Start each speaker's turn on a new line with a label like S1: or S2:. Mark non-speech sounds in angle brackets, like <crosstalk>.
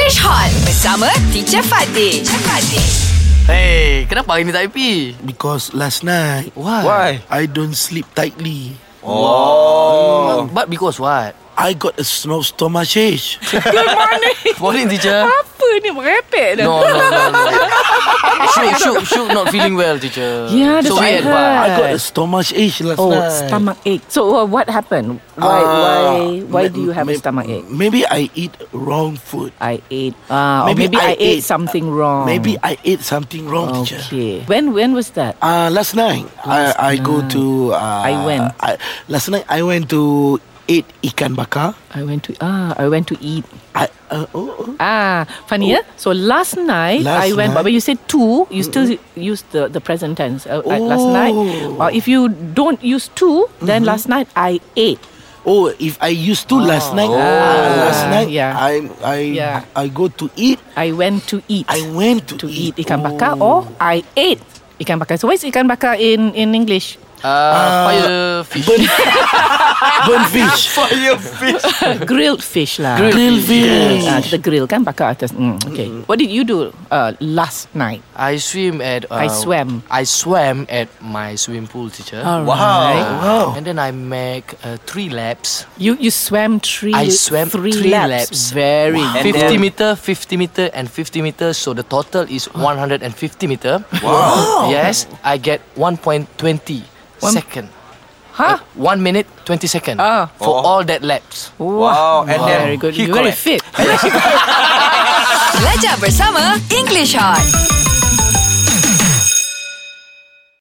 S1: Fresh Hot bersama Teacher Fatih. Teacher <laughs> Fatih.
S2: Hey, Eh, kenapa hari ni tak happy?
S3: Because last night
S2: Why?
S4: Why?
S3: I don't sleep tightly.
S4: Oh.
S2: But because what?
S3: I got a snowstorm message.
S2: Morning teacher.
S5: Apa ni merepek dah
S2: No, no, no, no. Syuk, Syuk, Syuk not feeling well teacher.
S5: Yeah, that's
S2: so
S5: what I
S2: weird,
S5: heard.
S3: I got a stomach ache last
S5: Oh,
S3: night.
S5: stomach ache. So uh, what happened? Why
S3: Ah,
S5: why why
S3: may-
S5: do you have a
S3: may-
S5: stomach ache?
S3: Maybe I eat wrong food.
S5: I ate. Ah, or maybe I, ate, something wrong.
S3: Maybe I ate something wrong, teacher.
S5: Oh. Okay. When when was that?
S3: Uh, last night
S5: Last
S3: I, I go
S5: night.
S3: to. Uh,
S5: I went.
S3: I, last night I went to eat ikan bakar.
S5: I went to ah I went to eat.
S3: I uh, oh, oh.
S5: Ah, funny. Yeah? So last night
S3: Last
S5: I went, but
S3: night?
S5: when you say two, you still use the, the present tense. Uh, I- Last night,
S3: Oh. Mm-hmm.
S5: or if you don't use two, then last night I ate.
S3: oh if I used to last night. uh,
S5: Ah,
S3: last night
S5: yeah.
S3: I I
S5: Yeah.
S3: I go to eat.
S5: I went to eat.
S3: I went to, Oh.
S5: to eat ikan bakar or I ate ikan bakar. So what is ikan bakar in in English?
S2: but uh, fire fish.
S3: burn, burn fish.
S2: Fire fish.
S5: grilled fish lah.
S2: Grilled
S3: Grill
S5: Yes,
S3: fish.
S5: ah, the grill kan bakar atas. Mm, okay. What did you do uh, last night?
S2: I swim at. Uh,
S5: I swam.
S2: I swam at my swimming pool teacher.
S5: Alright.
S3: Wow.
S2: And then I make uh, three laps.
S5: You you swam three.
S2: I swam
S5: three,
S2: three,
S5: laps.
S2: laps. Very
S4: Wow.
S2: 50
S4: And then-
S2: meter, 50 meter, and 50 meter. So the total is 150 meter. Wow. Yes, I get 1.20
S5: One-
S2: second.
S5: Huh?
S2: One minute, 20 second
S5: Ah.
S2: for
S4: Oh.
S2: all that laps.
S4: Wow. And then
S5: Very good.
S4: he
S5: You very
S4: collapsed.
S5: fit.
S1: Belajar bersama English Hot.